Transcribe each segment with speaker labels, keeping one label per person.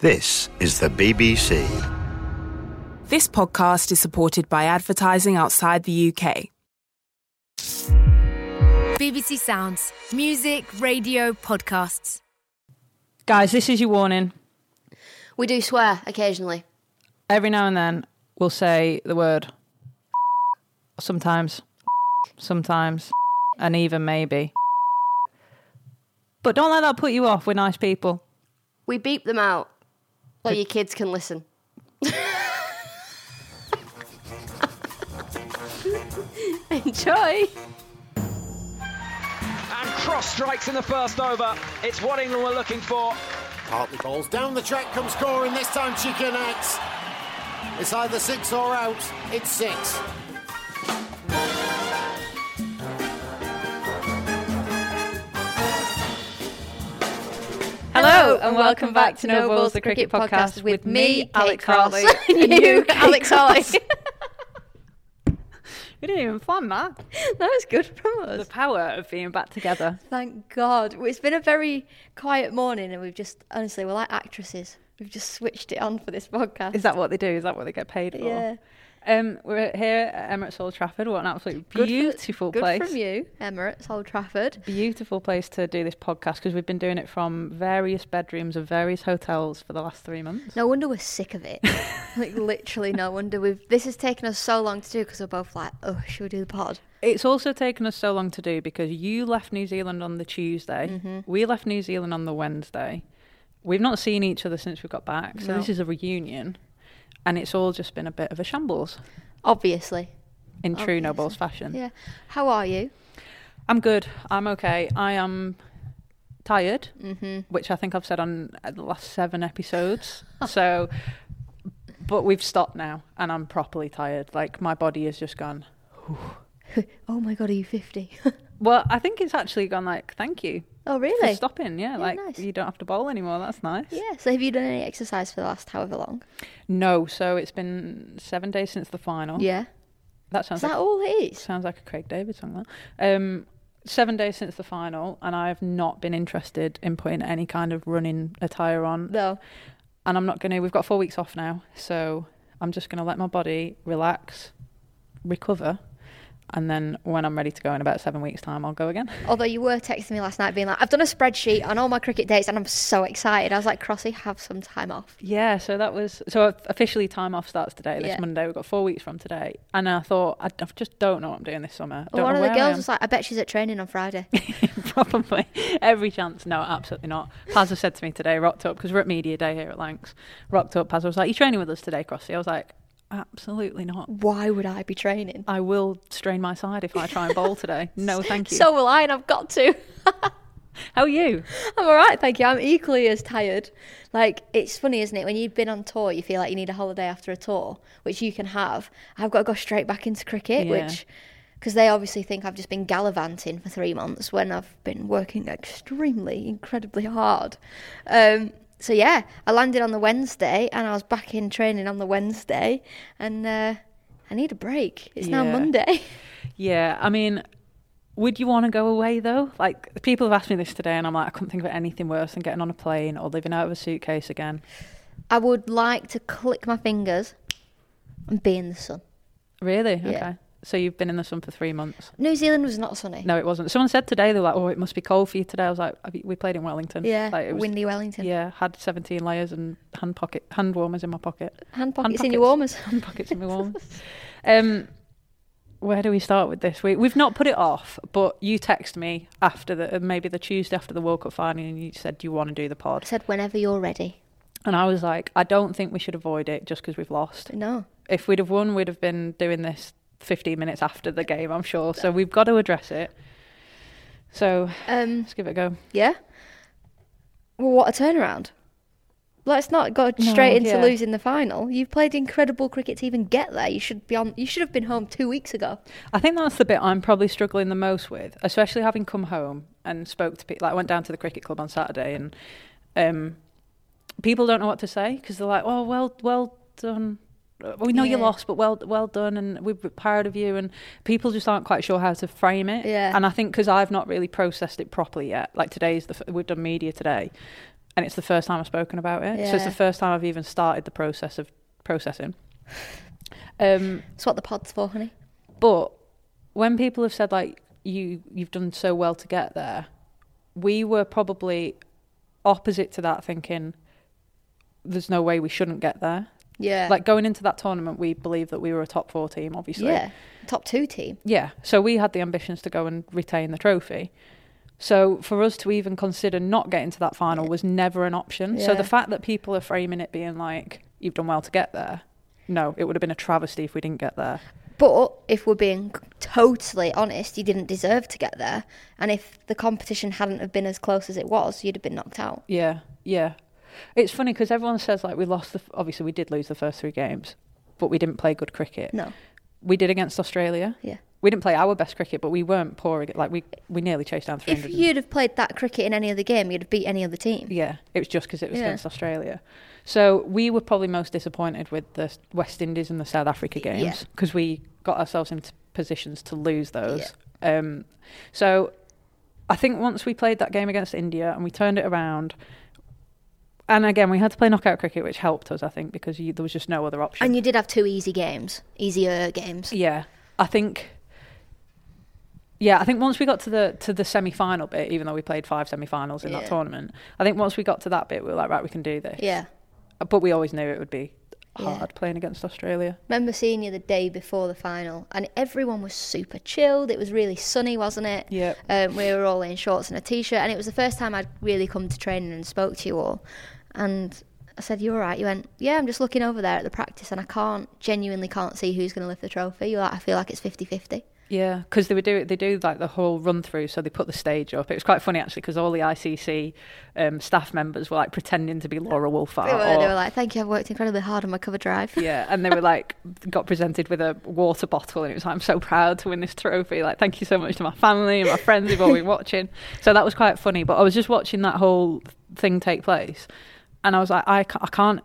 Speaker 1: This is the BBC.
Speaker 2: This podcast is supported by advertising outside the UK.
Speaker 3: BBC Sounds. Music, radio, podcasts.
Speaker 4: Guys, this is your warning.
Speaker 5: We do swear occasionally.
Speaker 4: Every now and then, we'll say the word. Sometimes. Sometimes. And even maybe. But don't let that put you off. We're nice people.
Speaker 5: We beep them out so your kids can listen. Enjoy.
Speaker 6: And cross strikes in the first over. It's what England were looking for.
Speaker 7: Hartley balls down the track comes scoring this time chicken eggs. It's either six or out. It's six.
Speaker 8: Hello, and welcome back to No Balls, the cricket podcast with me, Alex Hartley,
Speaker 5: and you, Alex Hartley.
Speaker 4: We didn't even plan that.
Speaker 8: That was good from
Speaker 4: The
Speaker 8: us.
Speaker 4: power of being back together.
Speaker 8: Thank God. Well, It's been a very quiet morning, and we've just honestly, we're like actresses. We've just switched it on for this podcast.
Speaker 4: Is that what they do? Is that what they get paid for?
Speaker 8: Yeah.
Speaker 4: Um, we're here at Emirates Old Trafford. What an absolute
Speaker 8: Good for-
Speaker 4: beautiful
Speaker 8: good
Speaker 4: place.
Speaker 8: from you, Emirates Old Trafford?
Speaker 4: Beautiful place to do this podcast because we've been doing it from various bedrooms of various hotels for the last three months.
Speaker 8: No wonder we're sick of it. like literally, no wonder we've. This has taken us so long to do because we're both like, oh, should we do the pod?
Speaker 4: It's also taken us so long to do because you left New Zealand on the Tuesday. We left New Zealand on the Wednesday. We've not seen each other since we got back. So
Speaker 8: No.
Speaker 4: this is a reunion. And it's all just been a bit of a shambles
Speaker 8: Obviously.
Speaker 4: in true
Speaker 8: Obviously.
Speaker 4: Nobles fashion.
Speaker 8: Yeah. How are you?
Speaker 4: I'm good. I'm okay. I am tired,
Speaker 8: Mm-hmm.
Speaker 4: which I think I've said on uh, the last seven episodes. so, but we've stopped now and I'm properly tired. Like my body has just gone.
Speaker 8: Oh my God, are you fifty?
Speaker 4: Well, I think it's actually gone like, thank you.
Speaker 8: oh
Speaker 4: for
Speaker 8: really?
Speaker 4: stopping. Yeah, like
Speaker 8: nice.
Speaker 4: you don't have to bowl anymore. That's nice.
Speaker 8: Yeah. So have you done any exercise for the last however long?
Speaker 4: No, so it's been seven days since the final.
Speaker 8: Yeah.
Speaker 4: that sounds
Speaker 8: Is that
Speaker 4: like,
Speaker 8: all it is?
Speaker 4: sounds like a Craig David song. That um, seven days since the final, and I have not been interested in putting any kind of running attire on,
Speaker 8: No.
Speaker 4: and I'm not going to. We've got four weeks off now, so I'm just going to let my body relax, recover. And then when I'm ready to go in about seven weeks' time, I'll go again.
Speaker 8: Although you were texting me last night being like, I've done a spreadsheet on all my cricket dates and I'm so excited. I was like, Crossy, have some time off.
Speaker 4: Yeah, so that was so officially time off starts today. This
Speaker 8: Yeah.
Speaker 4: Monday, we've got four weeks from today, and I thought I, I just don't know what I'm doing this summer. Don't
Speaker 8: one
Speaker 4: know
Speaker 8: of the
Speaker 4: where I
Speaker 8: girls was like, I bet she's at training on Friday.
Speaker 4: am. probably every chance. No, absolutely not. Paz has said to me today, rocked up because we're at media day here at Lanks. Rocked up, Paz was like, "You training with us today, Crossy?" I was like, "Absolutely not.
Speaker 8: Why would I be training?
Speaker 4: I will strain my side if I try and bowl today. No, thank you."
Speaker 8: So will I, and I've got to.
Speaker 4: how are you?
Speaker 8: I'm all right, thank you. I'm equally as tired. Like, it's funny, isn't it? When you've been on tour, you feel like you need a holiday after a tour, which you can have. I've got to go straight back into cricket,
Speaker 4: Yeah.
Speaker 8: which, because they obviously think I've just been gallivanting for three months when I've been working extremely, incredibly hard. Um, so, yeah, I landed on the Wednesday and I was back in training on the Wednesday, and uh, I need a break. It's now
Speaker 4: Yeah.
Speaker 8: Monday.
Speaker 4: Yeah, I mean, would you want to go away though? Like, people have asked me this today, and I'm like, I couldn't think of anything worse than getting on a plane or living out of a suitcase again.
Speaker 8: I would like to click my fingers and be in the sun.
Speaker 4: Really?
Speaker 8: Yeah.
Speaker 4: Okay. So you've been in the sun for three months?
Speaker 8: New Zealand was not sunny.
Speaker 4: No, it wasn't. Someone said today they were like, "Oh, it must be cold for you today." I was like, "Have you- "We played in Wellington.
Speaker 8: Yeah,
Speaker 4: like, it was,
Speaker 8: windy Wellington.
Speaker 4: Yeah, had 17 layers and hand pocket hand warmers in my pocket.
Speaker 8: Hand pockets in your warmers.
Speaker 4: Hand pockets in my warmers. um, where do we start with this? We we've not put it off, but you text me after the uh, maybe the Tuesday after the World Cup final, and you said, "Do you want to do the
Speaker 8: I
Speaker 4: pod?"
Speaker 8: said, whenever you're ready.
Speaker 4: And I was like, "I don't think we should avoid it just because we've lost."
Speaker 8: No.
Speaker 4: if we'd have won, we'd have been doing this 15 minutes after the game, I'm sure. So we've got to address it. So
Speaker 8: Um,
Speaker 4: let's give it a go.
Speaker 8: yeah. Well, what a turnaround. Let's not go straight into
Speaker 4: yeah.
Speaker 8: losing the final. You've played incredible cricket to even get there. You should be on. You should have been home two weeks ago.
Speaker 4: I think that's the bit I'm probably struggling the most with, especially having come home and spoke to people. Like, I went down to the cricket club on Saturday, and um, people don't know what to say because they're like, "Oh, well, well done." Uh, We know you
Speaker 8: Yeah.
Speaker 4: lost, but well, well done, and we're proud of you. And people just aren't quite sure how to frame it.
Speaker 8: Yeah.
Speaker 4: And I think because I've not really processed it properly yet. Like today's the f- we've done media today, and it's the first time I've spoken about it. So it's
Speaker 8: Yeah.
Speaker 4: the first time I've even started the process of processing. Um,
Speaker 8: That's what the pod's for, honey.
Speaker 4: but when people have said like you you've done so well to get there, we were probably opposite to that, thinking there's no way we shouldn't get there.
Speaker 8: Yeah.
Speaker 4: Like going into that tournament, we believed that we were a top four team, obviously.
Speaker 8: yeah. Top two team.
Speaker 4: Yeah. So we had the ambitions to go and retain the trophy. So for us to even consider not getting to that final was never an option. So
Speaker 8: Yeah.
Speaker 4: the fact that people are framing it being like, you've done well to get there, no, it would have been a travesty if we didn't get there.
Speaker 8: But if we're being totally honest, you didn't deserve to get there. And if the competition hadn't have been as close as it was, you'd have been knocked out.
Speaker 4: Yeah, yeah. It's funny because everyone says like we lost the. F- obviously, we did lose the first three games, but we didn't play good cricket.
Speaker 8: No.
Speaker 4: we did against Australia.
Speaker 8: Yeah.
Speaker 4: we didn't play our best cricket, but we weren't poor. ag- Like we we nearly chased down three
Speaker 8: If
Speaker 4: hundred.
Speaker 8: you'd have played that cricket in any other game, you'd have beat any other team.
Speaker 4: Yeah, it was just because it was
Speaker 8: Yeah.
Speaker 4: against Australia. So we were probably most disappointed with the s- West Indies and the South Africa games because we got ourselves into positions to lose those. Um, so I think once we played that game against India and we turned it around. And again, we had to play knockout cricket, which helped us, I think, because you, there was just no other option.
Speaker 8: And you did have two easy games, easier games.
Speaker 4: Yeah, I think. Yeah, I think once we got to the to the semi final bit, even though we played five semi finals in that
Speaker 8: Yeah.
Speaker 4: tournament, I think once we got to that bit, we were like, right, we can do this.
Speaker 8: Yeah.
Speaker 4: but we always knew it would be
Speaker 8: Yeah.
Speaker 4: hard playing against Australia.
Speaker 8: Remember seeing you the day before the final, and everyone was super chilled. It was really sunny, wasn't it?
Speaker 4: Yep.
Speaker 8: Um, we were all in shorts and a t-shirt, and it was the first time I'd really come to training and spoke to you all. And I said, "You all right?" You went, "Yeah, I'm just looking over there at the practice, and I can't, genuinely can't see who's going to lift the trophy." You're like, "I feel like it's 50-50.
Speaker 4: Yeah, because they would do they do like the whole run through, so they put the stage up. It was quite funny actually, because all the ICC um, staff members were like pretending to be Laura Wolfart.
Speaker 8: They were, they
Speaker 4: or-
Speaker 8: were like, "Thank you, I've worked incredibly hard on my cover drive."
Speaker 4: Oh. yeah, and they were like got presented with a water bottle, and it was like I'm so proud to win this trophy. Like thank you so much to my family and my friends who've all been watching. So that was quite funny. But I was just watching that whole thing take place, and I was like, I ca- I can't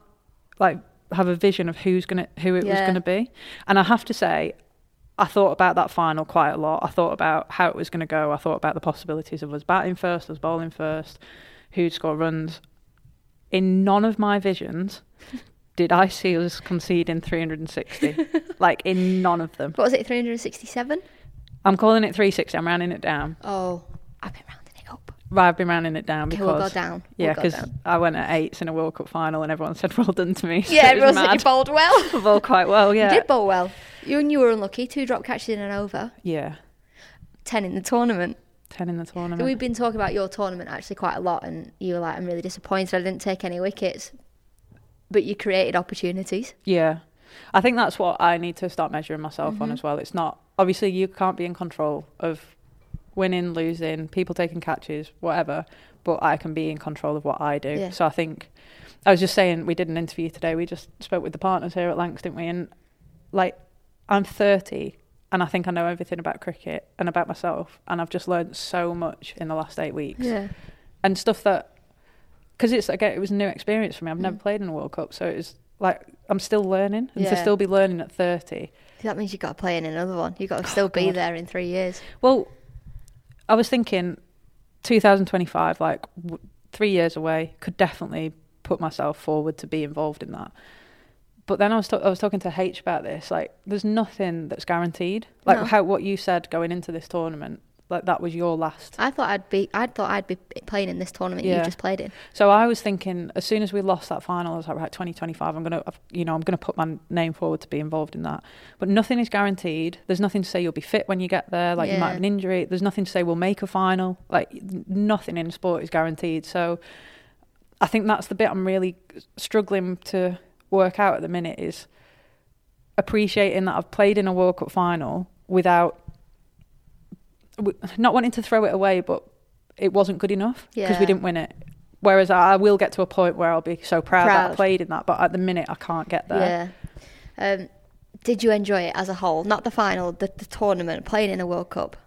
Speaker 4: like have a vision of who's gonna who it was
Speaker 8: Yeah.
Speaker 4: gonna be. And I have to say, I thought about that final quite a lot. I thought about how it was going to go. I thought about the possibilities of us batting first, us bowling first, who'd score runs. In none of my visions did I see us conceding 360. like, in none of them.
Speaker 8: What was it, 367?
Speaker 4: I'm calling it 360. I'm rounding it down.
Speaker 8: Oh, I've been rounding it up.
Speaker 4: Right, I've been rounding it down
Speaker 8: Okay,
Speaker 4: because.
Speaker 8: we'll go down. We'll
Speaker 4: yeah,
Speaker 8: go
Speaker 4: because
Speaker 8: down.
Speaker 4: I went at eights in a World Cup final and everyone said, well done to me. So
Speaker 8: Yeah,
Speaker 4: it was
Speaker 8: everyone said you
Speaker 4: mad.
Speaker 8: bowled well.
Speaker 4: I bowled quite well, yeah.
Speaker 8: You did bowl well. You and you were unlucky. Two drop catches in an over,
Speaker 4: Yeah,
Speaker 8: ten in the tournament.
Speaker 4: 10 in the tournament.
Speaker 8: We've been talking about your tournament actually quite a lot, and you were like, "I'm really disappointed. I didn't take any wickets." But you created opportunities.
Speaker 4: Yeah. I think that's what I need to start measuring myself on as well. It's not obviously you can't be in control of winning, losing, people taking catches, whatever, but I can be in control of what I do.
Speaker 8: Yeah.
Speaker 4: So I think I was just saying we did an interview today. We just spoke with the partners here at Lanx, didn't we? And like I'm 30 and I think I know everything about cricket and about myself and I've just learned so much in the last 8 weeks and stuff that because it's again it was a new experience for me. I've never played in a World Cup, so it was like I'm still learning, and to
Speaker 8: Mm. Yeah.
Speaker 4: still be learning at 30.
Speaker 8: that means you've got to play in another one. You've got to still be
Speaker 4: Oh, God.
Speaker 8: there in three years.
Speaker 4: Well, I was thinking 2025, like w- three years away, could definitely put myself forward to be involved in that. But then I was ta- I was talking to H about this. Like, there's nothing that's guaranteed. Like
Speaker 8: No.
Speaker 4: how what you said going into this tournament, like that was your last
Speaker 8: I thought I'd be. I thought I'd be playing in this tournament
Speaker 4: Yeah.
Speaker 8: you just played in.
Speaker 4: So I was thinking, as soon as we lost that final, I was like, right, 2025, I'm gonna, I've- you know, I'm gonna put my name forward to be involved in that. But nothing is guaranteed. There's nothing to say you'll be fit when you get there. Like you might
Speaker 8: Yeah.
Speaker 4: have an injury. There's nothing to say we'll make a final. Like n- nothing in sport is guaranteed. So I think that's the bit I'm really struggling to work out at the minute is appreciating that I've played in a World Cup final without w- not wanting to throw it away, but it wasn't good enough because
Speaker 8: Yeah.
Speaker 4: we didn't win it. Whereas I I will get to a point where I'll be so proud, that I
Speaker 8: Proud.
Speaker 4: played in that, but at the minute I can't get there.
Speaker 8: Yeah. Um, did you enjoy it as a whole? Not the final, the, the tournament, playing in a World Cup.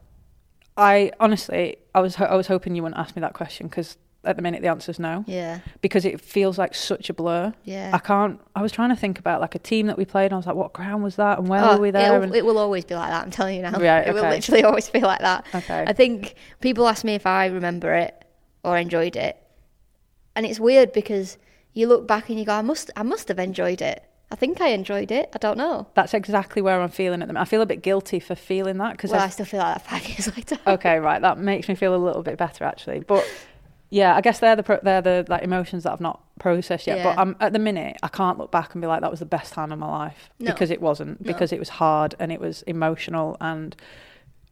Speaker 4: I honestly, I was, ho- I was hoping you wouldn't ask me that question because at the minute the answer's no.
Speaker 8: Yeah.
Speaker 4: because it feels like such a blur.
Speaker 8: Yeah.
Speaker 4: I can't. I was trying to think about like a team that we played, and I was like, what ground was that, and where
Speaker 8: Oh,
Speaker 4: were we there?
Speaker 8: it'll-
Speaker 4: And,
Speaker 8: It will always be like that. I'm telling you now.
Speaker 4: Right,
Speaker 8: It will
Speaker 4: okay.
Speaker 8: literally always be like that.
Speaker 4: Okay.
Speaker 8: I think people ask me if I remember it or enjoyed it, and it's weird because you look back and you go, I must, I must have enjoyed it. I think I enjoyed it. I don't know.
Speaker 4: That's exactly where I'm feeling at the minute. I feel a bit guilty for feeling that Oh. because
Speaker 8: Well, I still feel like that five years later.
Speaker 4: okay, right, that makes me feel a little bit better actually. But yeah, I guess they're the pro- they're the like emotions that I've not processed yet. But
Speaker 8: Yeah.
Speaker 4: I'm at the minute I can't look back and be like that was the best time of my life
Speaker 8: No.
Speaker 4: because it wasn't because it was hard and it was emotional and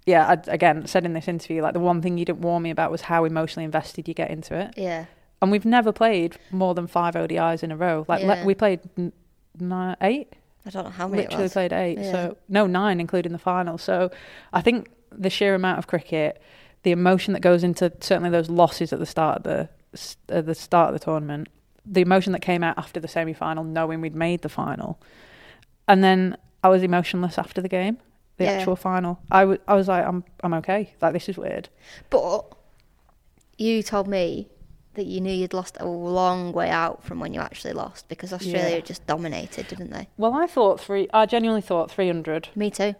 Speaker 4: yeah, I, again said in this interview like the one thing you didn't warn me about was how emotionally invested you get into it.
Speaker 8: Yeah.
Speaker 4: And we've never played more than five ODIs in a row. Like le-
Speaker 8: Yeah.
Speaker 4: we played n- nine, eight
Speaker 8: I don't know how many. Oh, it
Speaker 4: literally
Speaker 8: was.
Speaker 4: played eight.
Speaker 8: Yeah.
Speaker 4: So no, nine, including the final. So I think the sheer amount of cricket, the emotion that goes into certainly those losses at the start of the s- at the start of the tournament, the emotion that came out after the semi final, knowing we'd made the final, and then I was emotionless after the game, the
Speaker 8: Yeah.
Speaker 4: actual final. I wa- I was like, I'm I'm okay. Like this is weird.
Speaker 8: But you told me that you knew you'd lost a long way out from when you actually lost because Australia
Speaker 4: Yeah.
Speaker 8: just dominated, didn't they?
Speaker 4: Well, I thought three. I genuinely thought 300.
Speaker 8: Me too.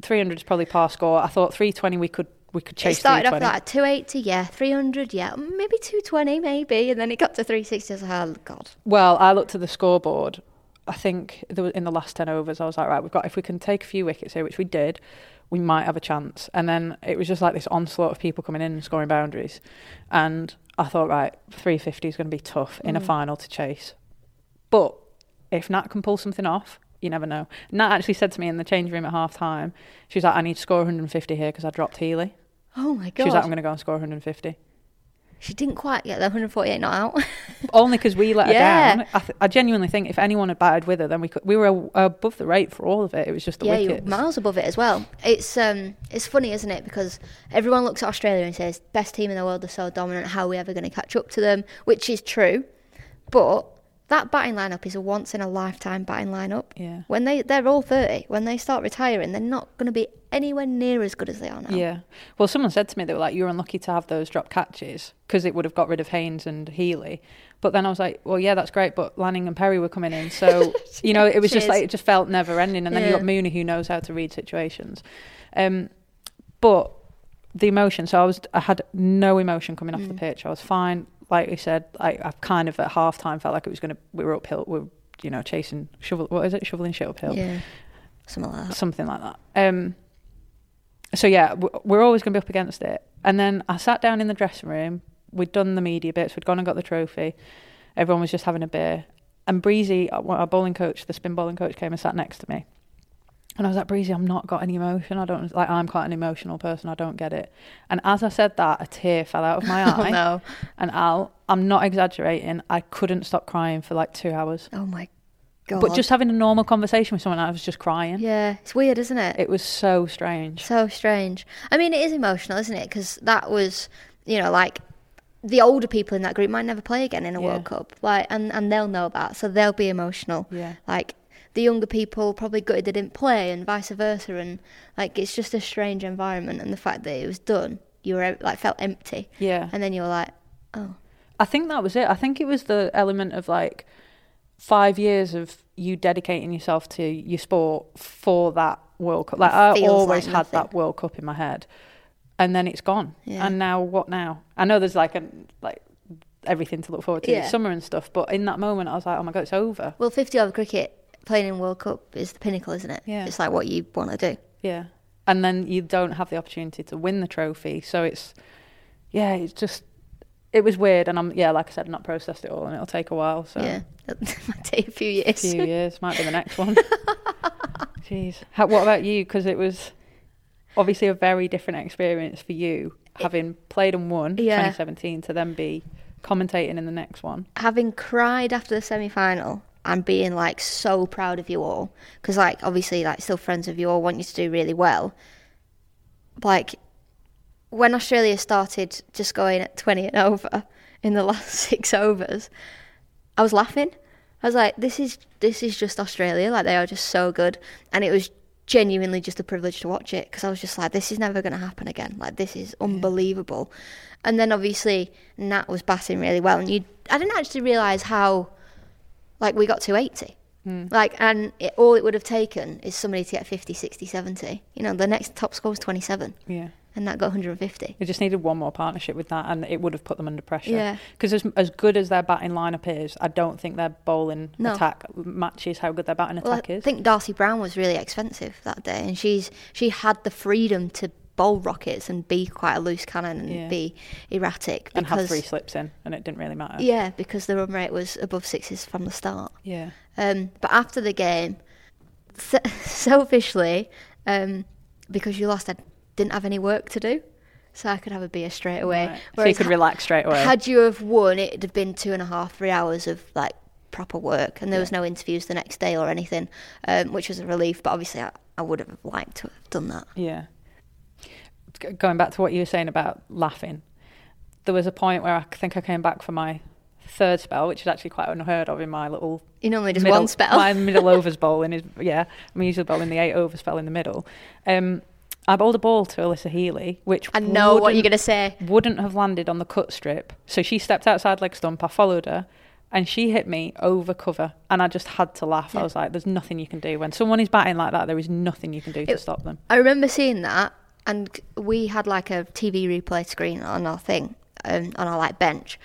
Speaker 4: 300 is probably par score. I thought 320 we could we could
Speaker 8: It
Speaker 4: chase.
Speaker 8: started off
Speaker 4: 320.
Speaker 8: like 280, yeah, 300, yeah, mm, maybe 220, maybe, and then it got to 360. I was like, oh, God.
Speaker 4: Well, I looked at the scoreboard. I think there was, in the last 10 overs, I was like, right, we've got, if we can take a few wickets here, which we did, we might have a chance. And then it was just like this onslaught of people coming in and scoring boundaries. And I thought, right, 350 is going to be tough in a final to chase. But if Nat can pull something off, you never know. Nat actually said to me in the change room at half time, she was like, I need to score 150 here because I dropped Healy.
Speaker 8: Oh, my
Speaker 4: She
Speaker 8: God.
Speaker 4: was like, I'm going to go and score 150.
Speaker 8: She didn't quite get the 148 not out.
Speaker 4: only because we let
Speaker 8: Yeah.
Speaker 4: her down. I, th- I genuinely think if anyone had batted with her, then we could, we were a- above the rate for all of it. It was just the
Speaker 8: yeah, you're
Speaker 4: wickets.
Speaker 8: miles above it as well. It's um, it's funny, isn't it? Because everyone looks at Australia and says, "Best team in the world, they're so dominant. How are we ever going to catch up to them?" Which is true, but that batting lineup is a once in a lifetime batting lineup.
Speaker 4: Yeah.
Speaker 8: When they they're all thirty, when they start retiring, they're not going to be anywhere near as good as they are now.
Speaker 4: Yeah. Well, someone said to me they were like, "You're unlucky to have those drop catches because it would have got rid of Haynes and Healy." But then I was like, "Well, yeah, that's great, but Lanning and Perry were coming in, so you know, it was just
Speaker 8: Cheers.
Speaker 4: like it just felt never ending." And then you
Speaker 8: Yeah.
Speaker 4: got Mooney who knows how to read situations, um, but the emotion. So I was, I had no emotion coming off
Speaker 8: Mm.
Speaker 4: the pitch. I was fine. Like we said, like I kind of at half time felt like it was gonna. We were uphill. We were, you know, chasing shovel. What is it? Shoveling shit uphill
Speaker 8: yeah, something like that.
Speaker 4: something like that. Um, so yeah, w- we're always going to be up against it. And then I sat down in the dressing room. We'd done the media bits. We'd gone and got the trophy. Everyone was just having a beer. And Breezy, our our bowling coach, the spin bowling coach, came and sat next to me. And I was like, Breezy, I'm not got any emotion. I don't like. I'm quite an emotional person. I don't get it. And as I said that, a tear fell out of my eye.
Speaker 8: Oh, no.
Speaker 4: And Al, I'm not exaggerating. I couldn't stop crying for like two hours.
Speaker 8: Oh my god!
Speaker 4: But just having a normal conversation with someone, I was just crying.
Speaker 8: yeah, it's weird, isn't it?
Speaker 4: It was so strange.
Speaker 8: So strange. I mean, it is emotional, isn't it? Because that was, you know, like the older people in that group might never play again in a World
Speaker 4: Yeah.
Speaker 8: Cup, like, and and they'll know that, so they'll be emotional.
Speaker 4: Yeah.
Speaker 8: Like the younger people probably gutted they didn't play, and vice versa, and like it's just a strange environment, and the fact that it was done, you were em- like felt empty.
Speaker 4: Yeah.
Speaker 8: And then you were like, oh,
Speaker 4: I think that was it. I think it was the element of like five years of you dedicating yourself to your sport for that World Cup. Like I
Speaker 8: Feels
Speaker 4: always
Speaker 8: like
Speaker 4: had
Speaker 8: nothing.
Speaker 4: that World Cup in my head, and then it's gone.
Speaker 8: Yeah.
Speaker 4: And now what? Now I know there's like a like everything to look forward to
Speaker 8: Yeah.
Speaker 4: this summer and stuff, but in that moment I was like, oh my god, it's over.
Speaker 8: well, fifty over cricket playing in World Cup is the pinnacle, isn't it?
Speaker 4: Yeah.
Speaker 8: It's like what you want to do.
Speaker 4: Yeah. And then you don't have the opportunity to win the trophy, so it's yeah, it's just it was weird, and I'm yeah, like I said, not processed it all, and it'll take a while. So
Speaker 8: Yeah. might take a few years.
Speaker 4: few years. Might be the next one. Jeez. How, what about you? Because it was obviously a very different experience for you, having played and won
Speaker 8: Yeah.
Speaker 4: 2017, to then be commentating in the next one.
Speaker 8: having cried after the semi final and being like so proud of you all because like obviously like still friends of you all want you to do really well like when australia started just going at 20 and over in the last six overs i was laughing i was like this is this is just australia like they are just so good and it was genuinely just a privilege to watch it because i was just like this is never going to happen again like this is unbelievable and then obviously nat was batting really well and you i didn't actually realize how like we got to 80 like and it, all it would have taken is somebody to get 50 60 70 you know the next top score was 27
Speaker 4: Yeah.
Speaker 8: and that got 150.
Speaker 4: They just needed one more partnership with that, and it would have put them under pressure.
Speaker 8: Yeah.
Speaker 4: Because as, as good as their batting lineup is, I don't think their bowling
Speaker 8: No.
Speaker 4: attack matches how good their batting
Speaker 8: Well,
Speaker 4: attack
Speaker 8: I
Speaker 4: is.
Speaker 8: think Darcy Brown was really expensive that day, and she's she had the freedom to bowl rockets and be quite a loose cannon and
Speaker 4: Yeah.
Speaker 8: be erratic
Speaker 4: and
Speaker 8: because
Speaker 4: had three slips in, and it didn't really matter.
Speaker 8: yeah, because the run rate was above sixes from the start.
Speaker 4: Yeah.
Speaker 8: Um, but after the game, se- selfishly, um, because you lost, I didn't have any work to do, so I could have a beer straight away.
Speaker 4: Right. So you
Speaker 8: Whereas
Speaker 4: could
Speaker 8: ha-
Speaker 4: relax straight away.
Speaker 8: Had you have won, it'd have been two and a half, three hours of like proper work, and there was no interviews the next day or anything, um, which was a relief. But obviously, I, I would have liked to have done that.
Speaker 4: Yeah. G- Going back to what you were saying about laughing, there was a point where I think I came back for my third spell, which is actually quite unheard of in my little.
Speaker 8: You normally just
Speaker 4: middle,
Speaker 8: one spell.
Speaker 4: My middle overs bowling is yeah. I'm usually bowling the eight overs spell in the middle. Um, I bowled a ball to Alyssa Healy, which
Speaker 8: I know what you're
Speaker 4: wouldn't-
Speaker 8: gonna say.
Speaker 4: Wouldn't have landed on the cut strip, so she stepped outside leg stump. I followed her. And she hit me over cover, and I just had to laugh. I was like, "There's nothing you can do when someone is batting like that. There is nothing you can do to stop them."
Speaker 8: I remember seeing that, and we had like a TV replay screen on our thing, um, on our like bench,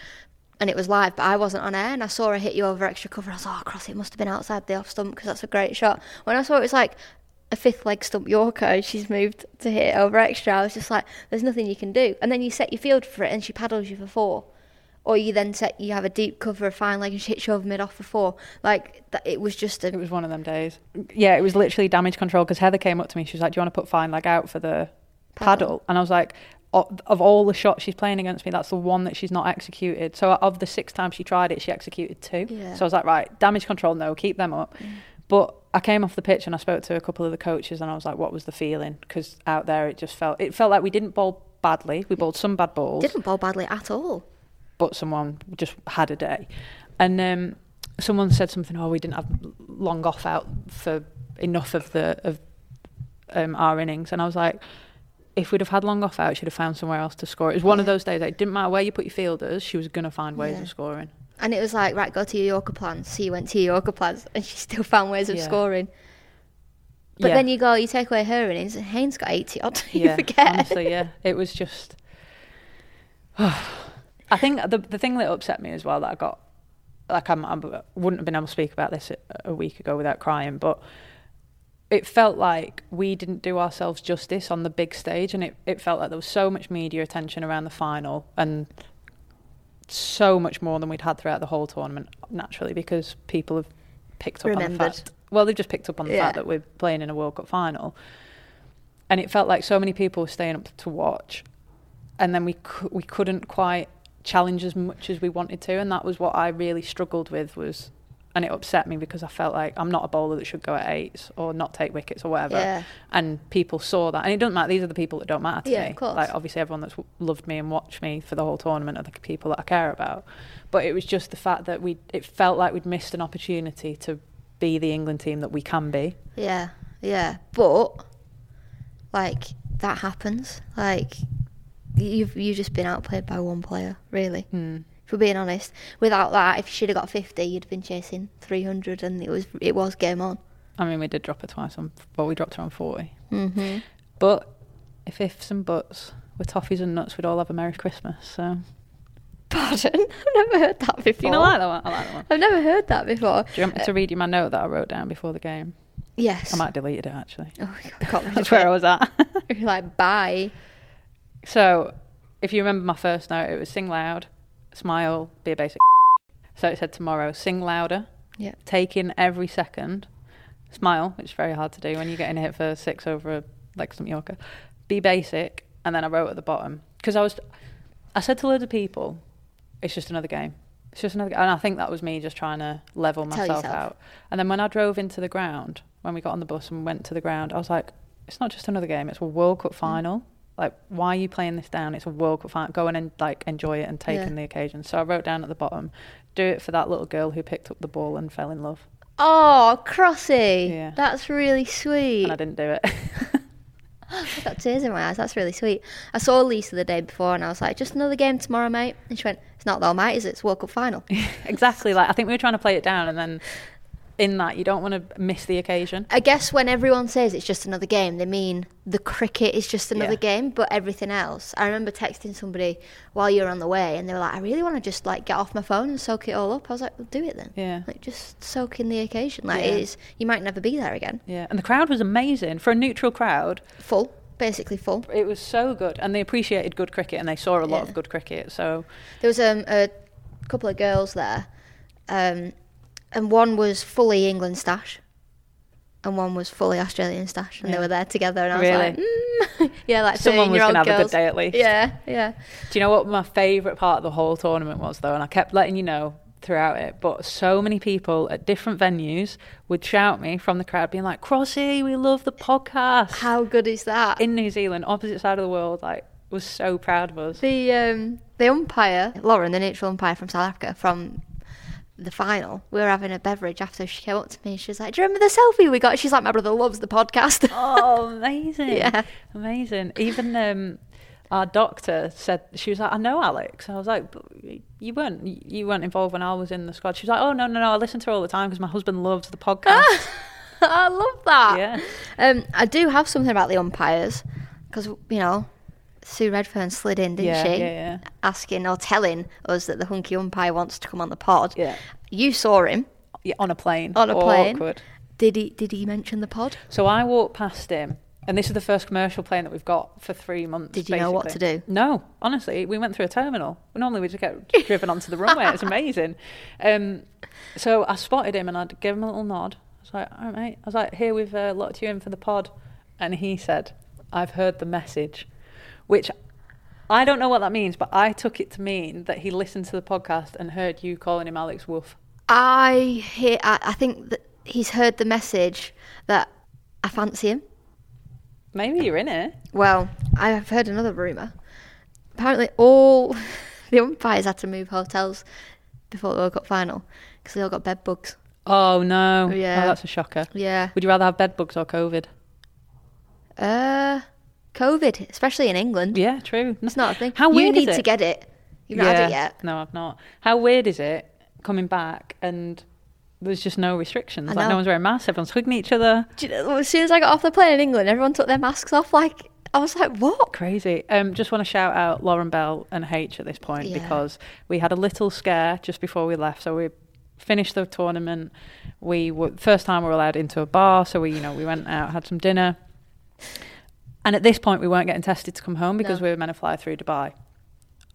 Speaker 8: and it was live, but I wasn't on air, and I saw her hit you over extra cover. I was like, oh, cross, it must have been outside the off stump because that's a great shot. When I saw it was like a fifth leg stump Yorker, and she's moved to hit it over extra. I was just like, there's nothing you can do. And then you set your field for it, and she paddles you for four. Or you then set you have a deep cover, a fine leg, and she hits you over mid off for four. Like that, it was just
Speaker 4: It
Speaker 8: a
Speaker 4: was one of them days. Yeah, it was literally damage control because Heather came up to me. She was like, "Do you want to put fine leg out for the paddle?" And I was like, "O- "Of all the shots she's playing against me, that's the one that she's not executed." So of the six times she tried it, she executed two.
Speaker 8: Yeah.
Speaker 4: So I was like, "Right, damage control, no, keep them up." But I came off the pitch and I spoke to a couple of the coaches and I was like, "What was the feeling?" Because out there, it just felt it felt like we didn't bowl badly. We bowled some bad balls
Speaker 8: didn't bowl badly at all.
Speaker 4: but someone just had a day. And um, someone said something, oh, we didn't have long off out for enough of the of um, our innings. And I was like, if we'd have had long off out, she'd have found somewhere else to score. It was one of those days that it didn't matter where you put your fielders, she was going to find ways
Speaker 8: Yeah.
Speaker 4: of scoring.
Speaker 8: And it was like, right, go to your Yorker plans. So you went to your Yorker plans, and she still found ways of
Speaker 4: Yeah.
Speaker 8: scoring. But
Speaker 4: Yeah.
Speaker 8: then you go, you take away her innings, and Haynes got 80 odd. you
Speaker 4: yeah,
Speaker 8: forget.
Speaker 4: Honestly, yeah, it was just. I think the the thing that upset me as well that I got, like I'm, I wouldn't have been able to speak about this a, a week ago without crying, but it felt like we didn't do ourselves justice on the big stage, and it it felt like there was so much media attention around the final and so much more than we'd had throughout the whole tournament naturally because people have picked up on the
Speaker 8: Remembered.
Speaker 4: fact well they've just picked up on the
Speaker 8: Yeah.
Speaker 4: fact that we're playing in a world cup final and it felt like so many people were staying up to watch, and then we cou- we couldn't quite challenge as much as we wanted to, and that was what I really struggled with was, and it upset me because I felt like I'm not a bowler that should go at eights or not take wickets or whatever,
Speaker 8: Yeah.
Speaker 4: and people saw that, and it doesn't matter. These are the people that don't matter to
Speaker 8: Yeah,
Speaker 4: me.
Speaker 8: of course.
Speaker 4: Like obviously everyone that's w- loved me and watched me for the whole tournament are the people that I care about, but it was just the fact that we it felt like we'd missed an opportunity to be the England team that we can be.
Speaker 8: Yeah, yeah. But, like, that happens. Like, you've, you've just been outplayed by one player, really.
Speaker 4: Hmm.
Speaker 8: Mm. If we're being honest. Without that, if you should have got 50, you'd have been chasing 300, and it was, it was game on.
Speaker 4: I mean, we did drop her twice on, but we dropped her on 40. Mm-hmm. But if ifs and buts were toffees and nuts, we'd all have a Merry Christmas. So
Speaker 8: Pardon? I've never heard that before.
Speaker 4: do you know like that one? I like that one.
Speaker 8: I've never heard that before. Uh,
Speaker 4: Do you want me to read you my note that I wrote down before the game?
Speaker 8: Yes.
Speaker 4: I might have deleted it actually.
Speaker 8: Oh, God, I can't
Speaker 4: That's where I was at.
Speaker 8: You're like, bye.
Speaker 4: so, if you remember my first note, it was sing loud, smile, be a basic. So it said tomorrow, sing louder,
Speaker 8: Yeah.
Speaker 4: take in every second, smile, which is very hard to do when you're getting hit for six over a leg stump Yorker, be basic, and then I wrote at the bottom because I was, I said to loads of people, it's just another game. It's just another, and I think that was me just trying to level myself
Speaker 8: yourself.
Speaker 4: out. And then when I drove into the ground, when we got on the bus and went to the ground, I was like, it's not just another game. It's a World
Speaker 8: Mm.
Speaker 4: Cup final. Like, why are you playing this down? It's a World Cup final. Go and en- like enjoy it and take
Speaker 8: Yeah.
Speaker 4: in the occasion. So I wrote down at the bottom, do it for that little girl who picked up the ball and fell in love.
Speaker 8: Oh, Crossy.
Speaker 4: Yeah.
Speaker 8: That's really sweet.
Speaker 4: And I didn't do it.
Speaker 8: I've got tears in my eyes. That's really sweet. I saw Lisa the day before and I was like, just another game tomorrow, mate. And she went, it's not though, mate, is it? It's World Cup final.
Speaker 4: exactly. Like I think we were trying to play it down, and then in that. You don't want to miss the occasion.
Speaker 8: I guess when everyone says it's just another game, they mean the cricket is just another
Speaker 4: Yeah.
Speaker 8: game, but everything else. I remember texting somebody while you were on the way, and they were like, "I really want to just like get off my phone and soak it all up." I was like, well, "Do it then."
Speaker 4: Yeah.
Speaker 8: Like just soak in the occasion. Like
Speaker 4: Yeah.
Speaker 8: it is, you might never be there again.
Speaker 4: Yeah, and the crowd was amazing for a neutral crowd.
Speaker 8: Full, basically full.
Speaker 4: It was so good, and they appreciated good cricket, and they saw a lot
Speaker 8: Yeah.
Speaker 4: of good cricket. So
Speaker 8: There was um, a couple of girls there, um, and one was fully England stash, and one was fully Australian stash, and they were there together. And I was like, mm. yeah, like
Speaker 4: Someone was
Speaker 8: 13-year-old
Speaker 4: gonna have a good
Speaker 8: girls.
Speaker 4: day at least.
Speaker 8: Yeah, yeah.
Speaker 4: Do you know what my favourite part of the whole tournament was, though? And I kept letting you know throughout it, but so many people at different venues would shout me from the crowd, being like, Crossy, we love the podcast.
Speaker 8: How good is that?
Speaker 4: In New Zealand, opposite side of the world, like, was so proud of us.
Speaker 8: the um, the umpire, Lauren, the neutral umpire from South Africa, from the final, we were having a beverage after she came up to me. and She was like, "Do you remember the selfie we got?" She's like, "My brother loves the podcast."
Speaker 4: Oh, amazing.
Speaker 8: Yeah.
Speaker 4: Amazing. Even um, our doctor said, she was like, I know Alex. I was like, but you weren't, you weren't involved when I was in the squad. She was like, oh, no, no, no. I listen to her all the time because my husband loves the podcast.
Speaker 8: I love that.
Speaker 4: Yeah.
Speaker 8: Um, I do have something about the umpires because you know Sue Redfern slid in, didn't
Speaker 4: Yeah,
Speaker 8: she?
Speaker 4: yeah, yeah.
Speaker 8: Asking or telling us that the hunky umpire wants to come on the pod.
Speaker 4: Yeah.
Speaker 8: You saw him.
Speaker 4: Yeah, on a plane.
Speaker 8: On a plane.
Speaker 4: Awkward.
Speaker 8: Did he? Did he mention the pod?
Speaker 4: So I walked past him, and this is the first commercial plane that we've got for three months.
Speaker 8: Did you know what
Speaker 4: basically.
Speaker 8: to do?
Speaker 4: No, honestly, we went through a terminal. Normally, we just get driven onto the runway. It's amazing. Um, so I spotted him, and I gave him a little nod. I was like, "All right, mate." I was like, "Here, we've uh, locked you in for the pod," and he said, "I've heard the message," which. I don't know what that means, but I took it to mean that he listened to the podcast and heard you calling him Alex Wolf.
Speaker 8: I hear. I, I think that he's heard the message that I fancy him.
Speaker 4: Maybe you're in it.
Speaker 8: Well, I have heard another rumor. Apparently, all the umpires had to move hotels before the World Cup final because they all got bed bugs.
Speaker 4: Oh no!
Speaker 8: Yeah.
Speaker 4: oh, that's a shocker.
Speaker 8: Yeah.
Speaker 4: Would you rather have bed bugs or COVID?
Speaker 8: Uh, COVID, especially in England.
Speaker 4: Yeah, true.
Speaker 8: It's not a thing.
Speaker 4: How
Speaker 8: you
Speaker 4: weird
Speaker 8: need
Speaker 4: is it?
Speaker 8: to get it. You've not had it yet.
Speaker 4: No, I've not. How weird is it coming back and there's just no restrictions?
Speaker 8: I
Speaker 4: Like
Speaker 8: know.
Speaker 4: no one's wearing masks. Everyone's hugging each other.
Speaker 8: Do you know, as soon as I got off the plane in England, everyone took their masks off. Like I was like, what?
Speaker 4: Crazy. Um, just want to shout out Lauren Bell and H at this point
Speaker 8: Yeah.
Speaker 4: because we had a little scare just before we left. So we finished the tournament. We were first time we were allowed into a bar, so we you know we went out, had some dinner, and at this point we weren't getting tested to come home because
Speaker 8: No.
Speaker 4: we were meant to fly through Dubai.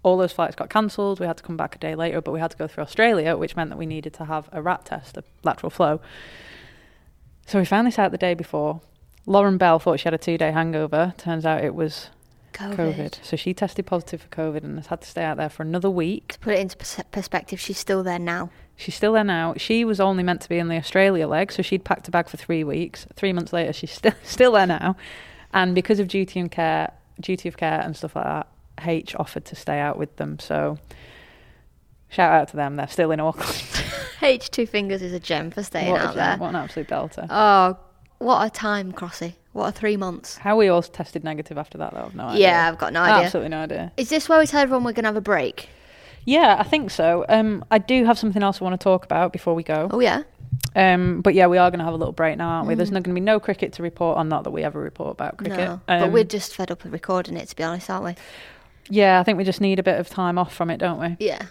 Speaker 4: All those flights got cancelled. We had to come back a day later, but we had to go through Australia, which meant that we needed to have a RAT test, a lateral flow. So we found this out the day before. Lauren Bell thought she had a two day hangover. Turns out it was
Speaker 8: COVID.
Speaker 4: COVID. So she tested positive for COVID and has had to stay out there for another week.
Speaker 8: To put it into pers- perspective, she's still there now.
Speaker 4: She's still there now. She was only meant to be in the Australia leg, so she'd packed a bag for three weeks. Three months later, she's still still there now. And because of duty and care, duty of care and stuff like that, H offered to stay out with them. So shout out to them. They're still in Auckland.
Speaker 8: H two fingers is a gem for staying
Speaker 4: what, a
Speaker 8: out
Speaker 4: gem.
Speaker 8: there.
Speaker 4: what an absolute belter.
Speaker 8: Oh, what a time, Crossy. What a three months.
Speaker 4: How we all tested negative after that, though, I've no idea.
Speaker 8: Yeah, I've got no idea.
Speaker 4: Absolutely no idea.
Speaker 8: Is this where we tell everyone we're gonna have a break?
Speaker 4: Yeah, I think so. Um, I do have something else I want to talk about before we go.
Speaker 8: Oh yeah.
Speaker 4: Um, but yeah, we are going to have a little break now, aren't we? There's not going to be no cricket to report on. Not that we ever report about cricket.
Speaker 8: Mm. No,
Speaker 4: Um,
Speaker 8: but we're just fed up with recording it, to be honest, aren't
Speaker 4: yeah, I think we just need a bit of time off from it, don't we?
Speaker 8: we? Yeah.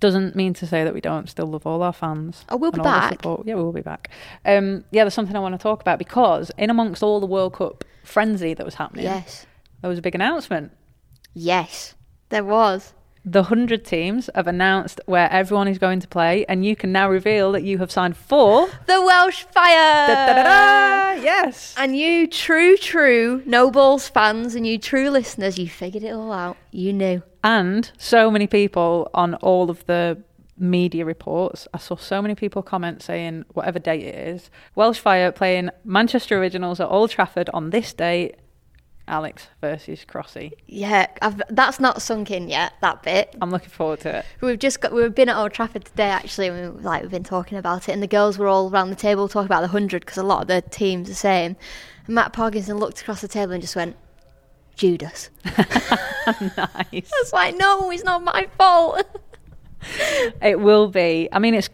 Speaker 4: Doesn't mean to say that we don't still love all our fans.
Speaker 8: Oh, we'll
Speaker 4: and
Speaker 8: be
Speaker 4: all the
Speaker 8: back.
Speaker 4: support. Yeah, we'll be back. Um, yeah, there's something I want to talk about because in amongst all the World Cup frenzy that was happening,
Speaker 8: Yes.
Speaker 4: there was a big announcement.
Speaker 8: Yes. There was.
Speaker 4: The 100 teams have announced where everyone is going to play, and you can now reveal that you have signed for.
Speaker 8: The Welsh Fire.
Speaker 4: Da-da-da-da! Yes.
Speaker 8: And you true, true No Balls fans and you true listeners, you figured it all out. You knew.
Speaker 4: And so many people on all of the media reports, I saw so many people comment saying, whatever date it is, Welsh Fire playing Manchester Originals at Old Trafford on this date, Alex versus Crossy.
Speaker 8: Yeah, I've, that's not sunk in yet, that bit.
Speaker 4: I'm looking forward to it.
Speaker 8: We've just got, we've been at Old Trafford today actually, and we, like, we've been talking about it, and the girls were all round the table talking about the 100 because a lot of the team's the same. And Matt Parkinson looked across the table and just went, Judas.
Speaker 4: Nice.
Speaker 8: It's like, no, it's not my fault.
Speaker 4: It will be. I mean, it's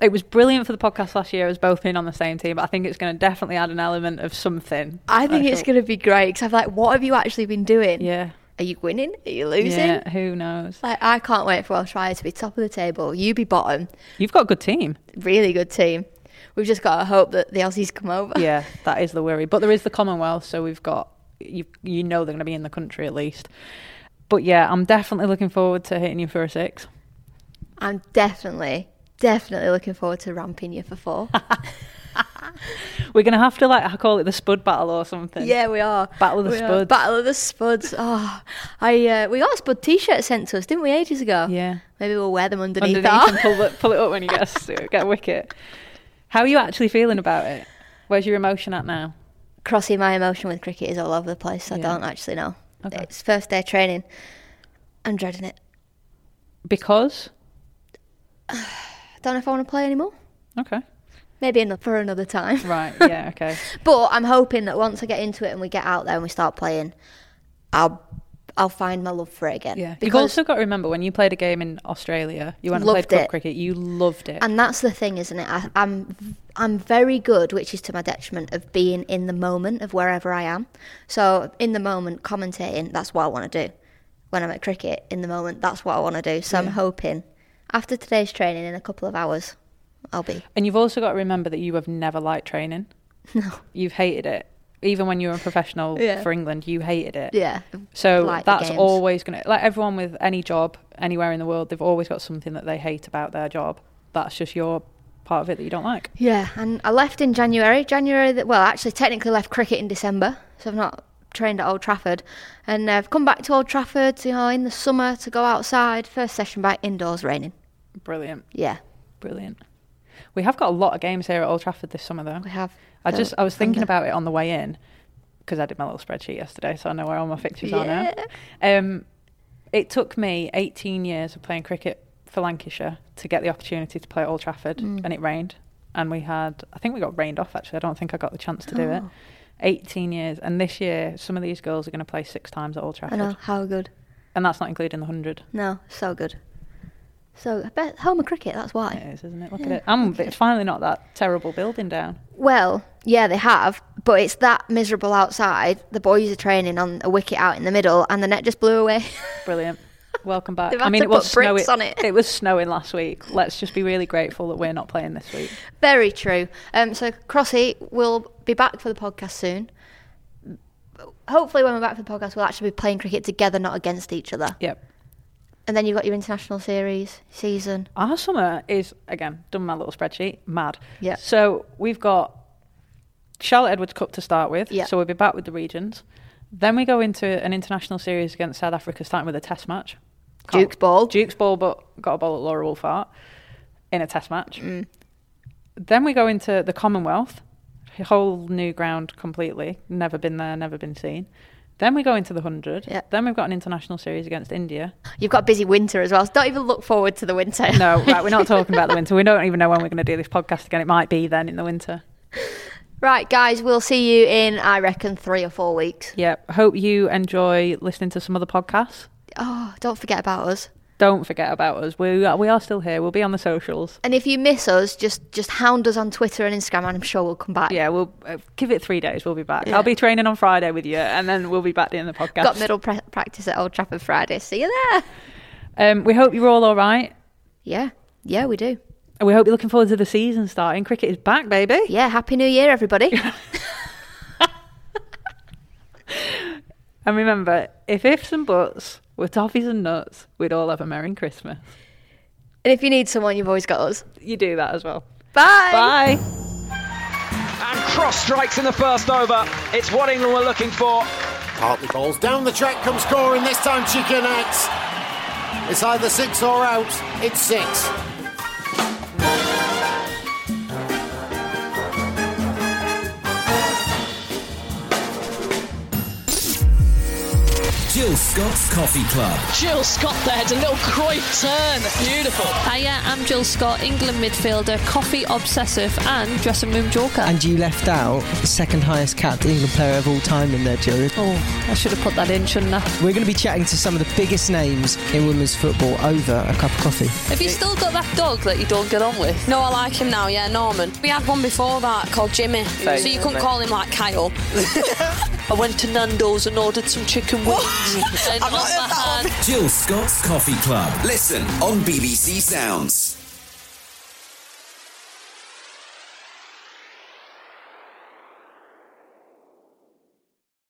Speaker 4: It was brilliant for the podcast last year as both being on the same team, but I think it's going to definitely add an element of something.
Speaker 8: I think it's
Speaker 4: special.
Speaker 8: going to be great because I'm like, what have you actually been doing?
Speaker 4: Yeah.
Speaker 8: Are you winning? Are you losing?
Speaker 4: Yeah, who knows?
Speaker 8: Like, I can't wait for Welsh Riot to be top of the table. You be bottom.
Speaker 4: You've got a good team.
Speaker 8: Really good team. We've just got to hope that the Aussies come over.
Speaker 4: Yeah, that is the worry. But there is the Commonwealth, so we've got you. You know they're going to be in the country at least. But yeah, I'm definitely looking forward to hitting you for a six.
Speaker 8: I'm definitely, definitely looking forward to ramping you for four.
Speaker 4: We're going to have to like I call it the Spud Battle or something.
Speaker 8: yeah, we are.
Speaker 4: Battle of the
Speaker 8: We are.
Speaker 4: Spuds.
Speaker 8: Battle of the Spuds. Oh, I uh, we got a Spud T-shirt sent to us, didn't we, ages ago?
Speaker 4: Yeah.
Speaker 8: Maybe we'll wear them underneath,
Speaker 4: Underneath
Speaker 8: our-
Speaker 4: and pull it, pull it up when you get a, s- get a wicket. How are you actually feeling about it? Where's your emotion at now?
Speaker 8: crossing my emotion with cricket is all over the place. I don't actually know. It's first day training. I'm dreading it.
Speaker 4: Because
Speaker 8: I don't know if I want to play anymore.
Speaker 4: okay,
Speaker 8: Maybe ano- for another time.
Speaker 4: right, yeah, okay.
Speaker 8: But I'm hoping that once I get into it and we get out there and we start playing, I'll I'll find my love for it again.
Speaker 4: Yeah. You've
Speaker 8: Because
Speaker 4: also got to remember when you played a game in Australia, you went and played
Speaker 8: Loved
Speaker 4: club
Speaker 8: it.
Speaker 4: cricket, you loved it.
Speaker 8: and that's the thing, isn't it? I, I'm I'm very good, which is to my detriment, of being in the moment of wherever I am. So in the moment, commentating that's what I want to do. When I'm at cricket, in the moment, that's what I want to do. So I'm hoping after today's training, in a couple of hours, I'll be.
Speaker 4: And you've also got to remember that you have never liked training. No. You've hated it. Even when you were a professional
Speaker 8: Yeah.
Speaker 4: for England, you hated it.
Speaker 8: Yeah.
Speaker 4: So
Speaker 8: Like the
Speaker 4: that's
Speaker 8: games.
Speaker 4: always going to, like everyone with any job anywhere in the world, they've always got something that they hate about their job. That's just your part of it that you don't like.
Speaker 8: Yeah, and I left in January. January, that, well, actually, technically left cricket in December, so I've not trained at Old Trafford. And I've come back to Old Trafford, you know, in the summer to go outside. First session back indoors, raining.
Speaker 4: Brilliant.
Speaker 8: Yeah,
Speaker 4: Brilliant. We have got a lot of games here at Old Trafford this summer, though.
Speaker 8: we have.
Speaker 4: I
Speaker 8: the
Speaker 4: just, I was thinking
Speaker 8: thunder.
Speaker 4: about it on the way in because I did my little spreadsheet yesterday, so I know where all my fixtures are now. Um, it took me 18 years of playing cricket for Lancashire to get the opportunity to play at Old Trafford,
Speaker 8: Mm.
Speaker 4: and it rained. And we had, I think we got rained off actually. I don't think I got the chance to do
Speaker 8: Oh.
Speaker 4: it. 18 years, and this year some of these girls are going to play six times at Old
Speaker 8: I
Speaker 4: Trafford,
Speaker 8: know, how good.
Speaker 4: and that's not including the hundred.
Speaker 8: No, so good. So, I bet home of cricket, that's why.
Speaker 4: It is, isn't it? Look at it. And it's finally not that terrible building down.
Speaker 8: Well, yeah, they have, but it's that miserable outside. The boys are training on a wicket out in the middle, and the net just blew away.
Speaker 4: Brilliant. Welcome back.
Speaker 8: They've
Speaker 4: I
Speaker 8: had
Speaker 4: mean,
Speaker 8: to
Speaker 4: it was
Speaker 8: put bricks
Speaker 4: snowing.
Speaker 8: on it.
Speaker 4: it was snowing last week. Let's just be really grateful that we're not playing this week.
Speaker 8: Very true. Um, so Crossy will be back for the podcast soon. Hopefully, when we're back for the podcast, we'll actually be playing cricket together, not against each other.
Speaker 4: Yep.
Speaker 8: And then you've got your international series season.
Speaker 4: Our summer is again done my little spreadsheet. Mad.
Speaker 8: Yeah.
Speaker 4: So we've got Charlotte Edwards Cup to start with.
Speaker 8: Yeah.
Speaker 4: So we'll be back with the regions. Then we go into an international series against South Africa, starting with a test match.
Speaker 8: Duke's ball.
Speaker 4: Duke's ball, but got a ball at Laura Wolfart in a test match.
Speaker 8: Mm.
Speaker 4: Then we go into the Commonwealth, whole new ground completely. Never been there, never been seen. Then we go into the 100.
Speaker 8: Yeah.
Speaker 4: Then we've got an international series against India.
Speaker 8: You've got a busy winter as well. So don't even look forward to the winter.
Speaker 4: No, right, we're not talking about the winter. We don't even know when we're going to do this podcast again. It might be then in the winter.
Speaker 8: Right, guys, we'll see you in, I reckon, three or four weeks.
Speaker 4: Yeah, hope you enjoy listening to some other podcasts.
Speaker 8: Oh, don't forget about us.
Speaker 4: Don't forget about us. We are, we are still here. We'll be on the socials.
Speaker 8: And if you miss us, just just hound us on Twitter and Instagram, and I'm sure we'll come back.
Speaker 4: Yeah, we'll uh, give it three days. We'll be back. I'll be training on Friday with you, and then we'll be back doing the podcast.
Speaker 8: Got middle pre- practice at Old Trafford Friday. See you there.
Speaker 4: Um, we hope you're all all right.
Speaker 8: Yeah, yeah, we do.
Speaker 4: And we hope you're looking forward to the season starting. Cricket is back, baby.
Speaker 8: Yeah, happy new year, everybody.
Speaker 4: And remember, if ifs and buts were toffees and nuts, we'd all have a Merry Christmas.
Speaker 8: And if you need someone, you've always got us.
Speaker 4: You do that as well.
Speaker 8: Bye.
Speaker 4: Bye.
Speaker 6: And cross strikes in the first over. It's what England were looking for.
Speaker 7: Hartley balls down the track comes scoring. This time she connects. It's either six or out. It's six.
Speaker 9: Two
Speaker 6: Jill Scott's Coffee Club.
Speaker 10: Jill Scott there, it's a little Cruyff turn. Beautiful.
Speaker 11: Hiya, I'm Jill Scott, England midfielder, coffee obsessive, and dressing room joker.
Speaker 12: And you left out the second highest capped England player of all time in there, Jill.
Speaker 11: Oh, I should have put that in, shouldn't I?
Speaker 12: We're going to be chatting to some of the biggest names in women's football over a cup of coffee.
Speaker 11: Have you still got that dog that you don't get on with?
Speaker 4: No, I like him now, yeah, Norman. We had one before that called Jimmy, so, so you couldn't call him like Kyle.
Speaker 11: I went to Nando's and ordered some chicken wings.
Speaker 6: Jill Scott's Coffee Club. Listen on BBC Sounds.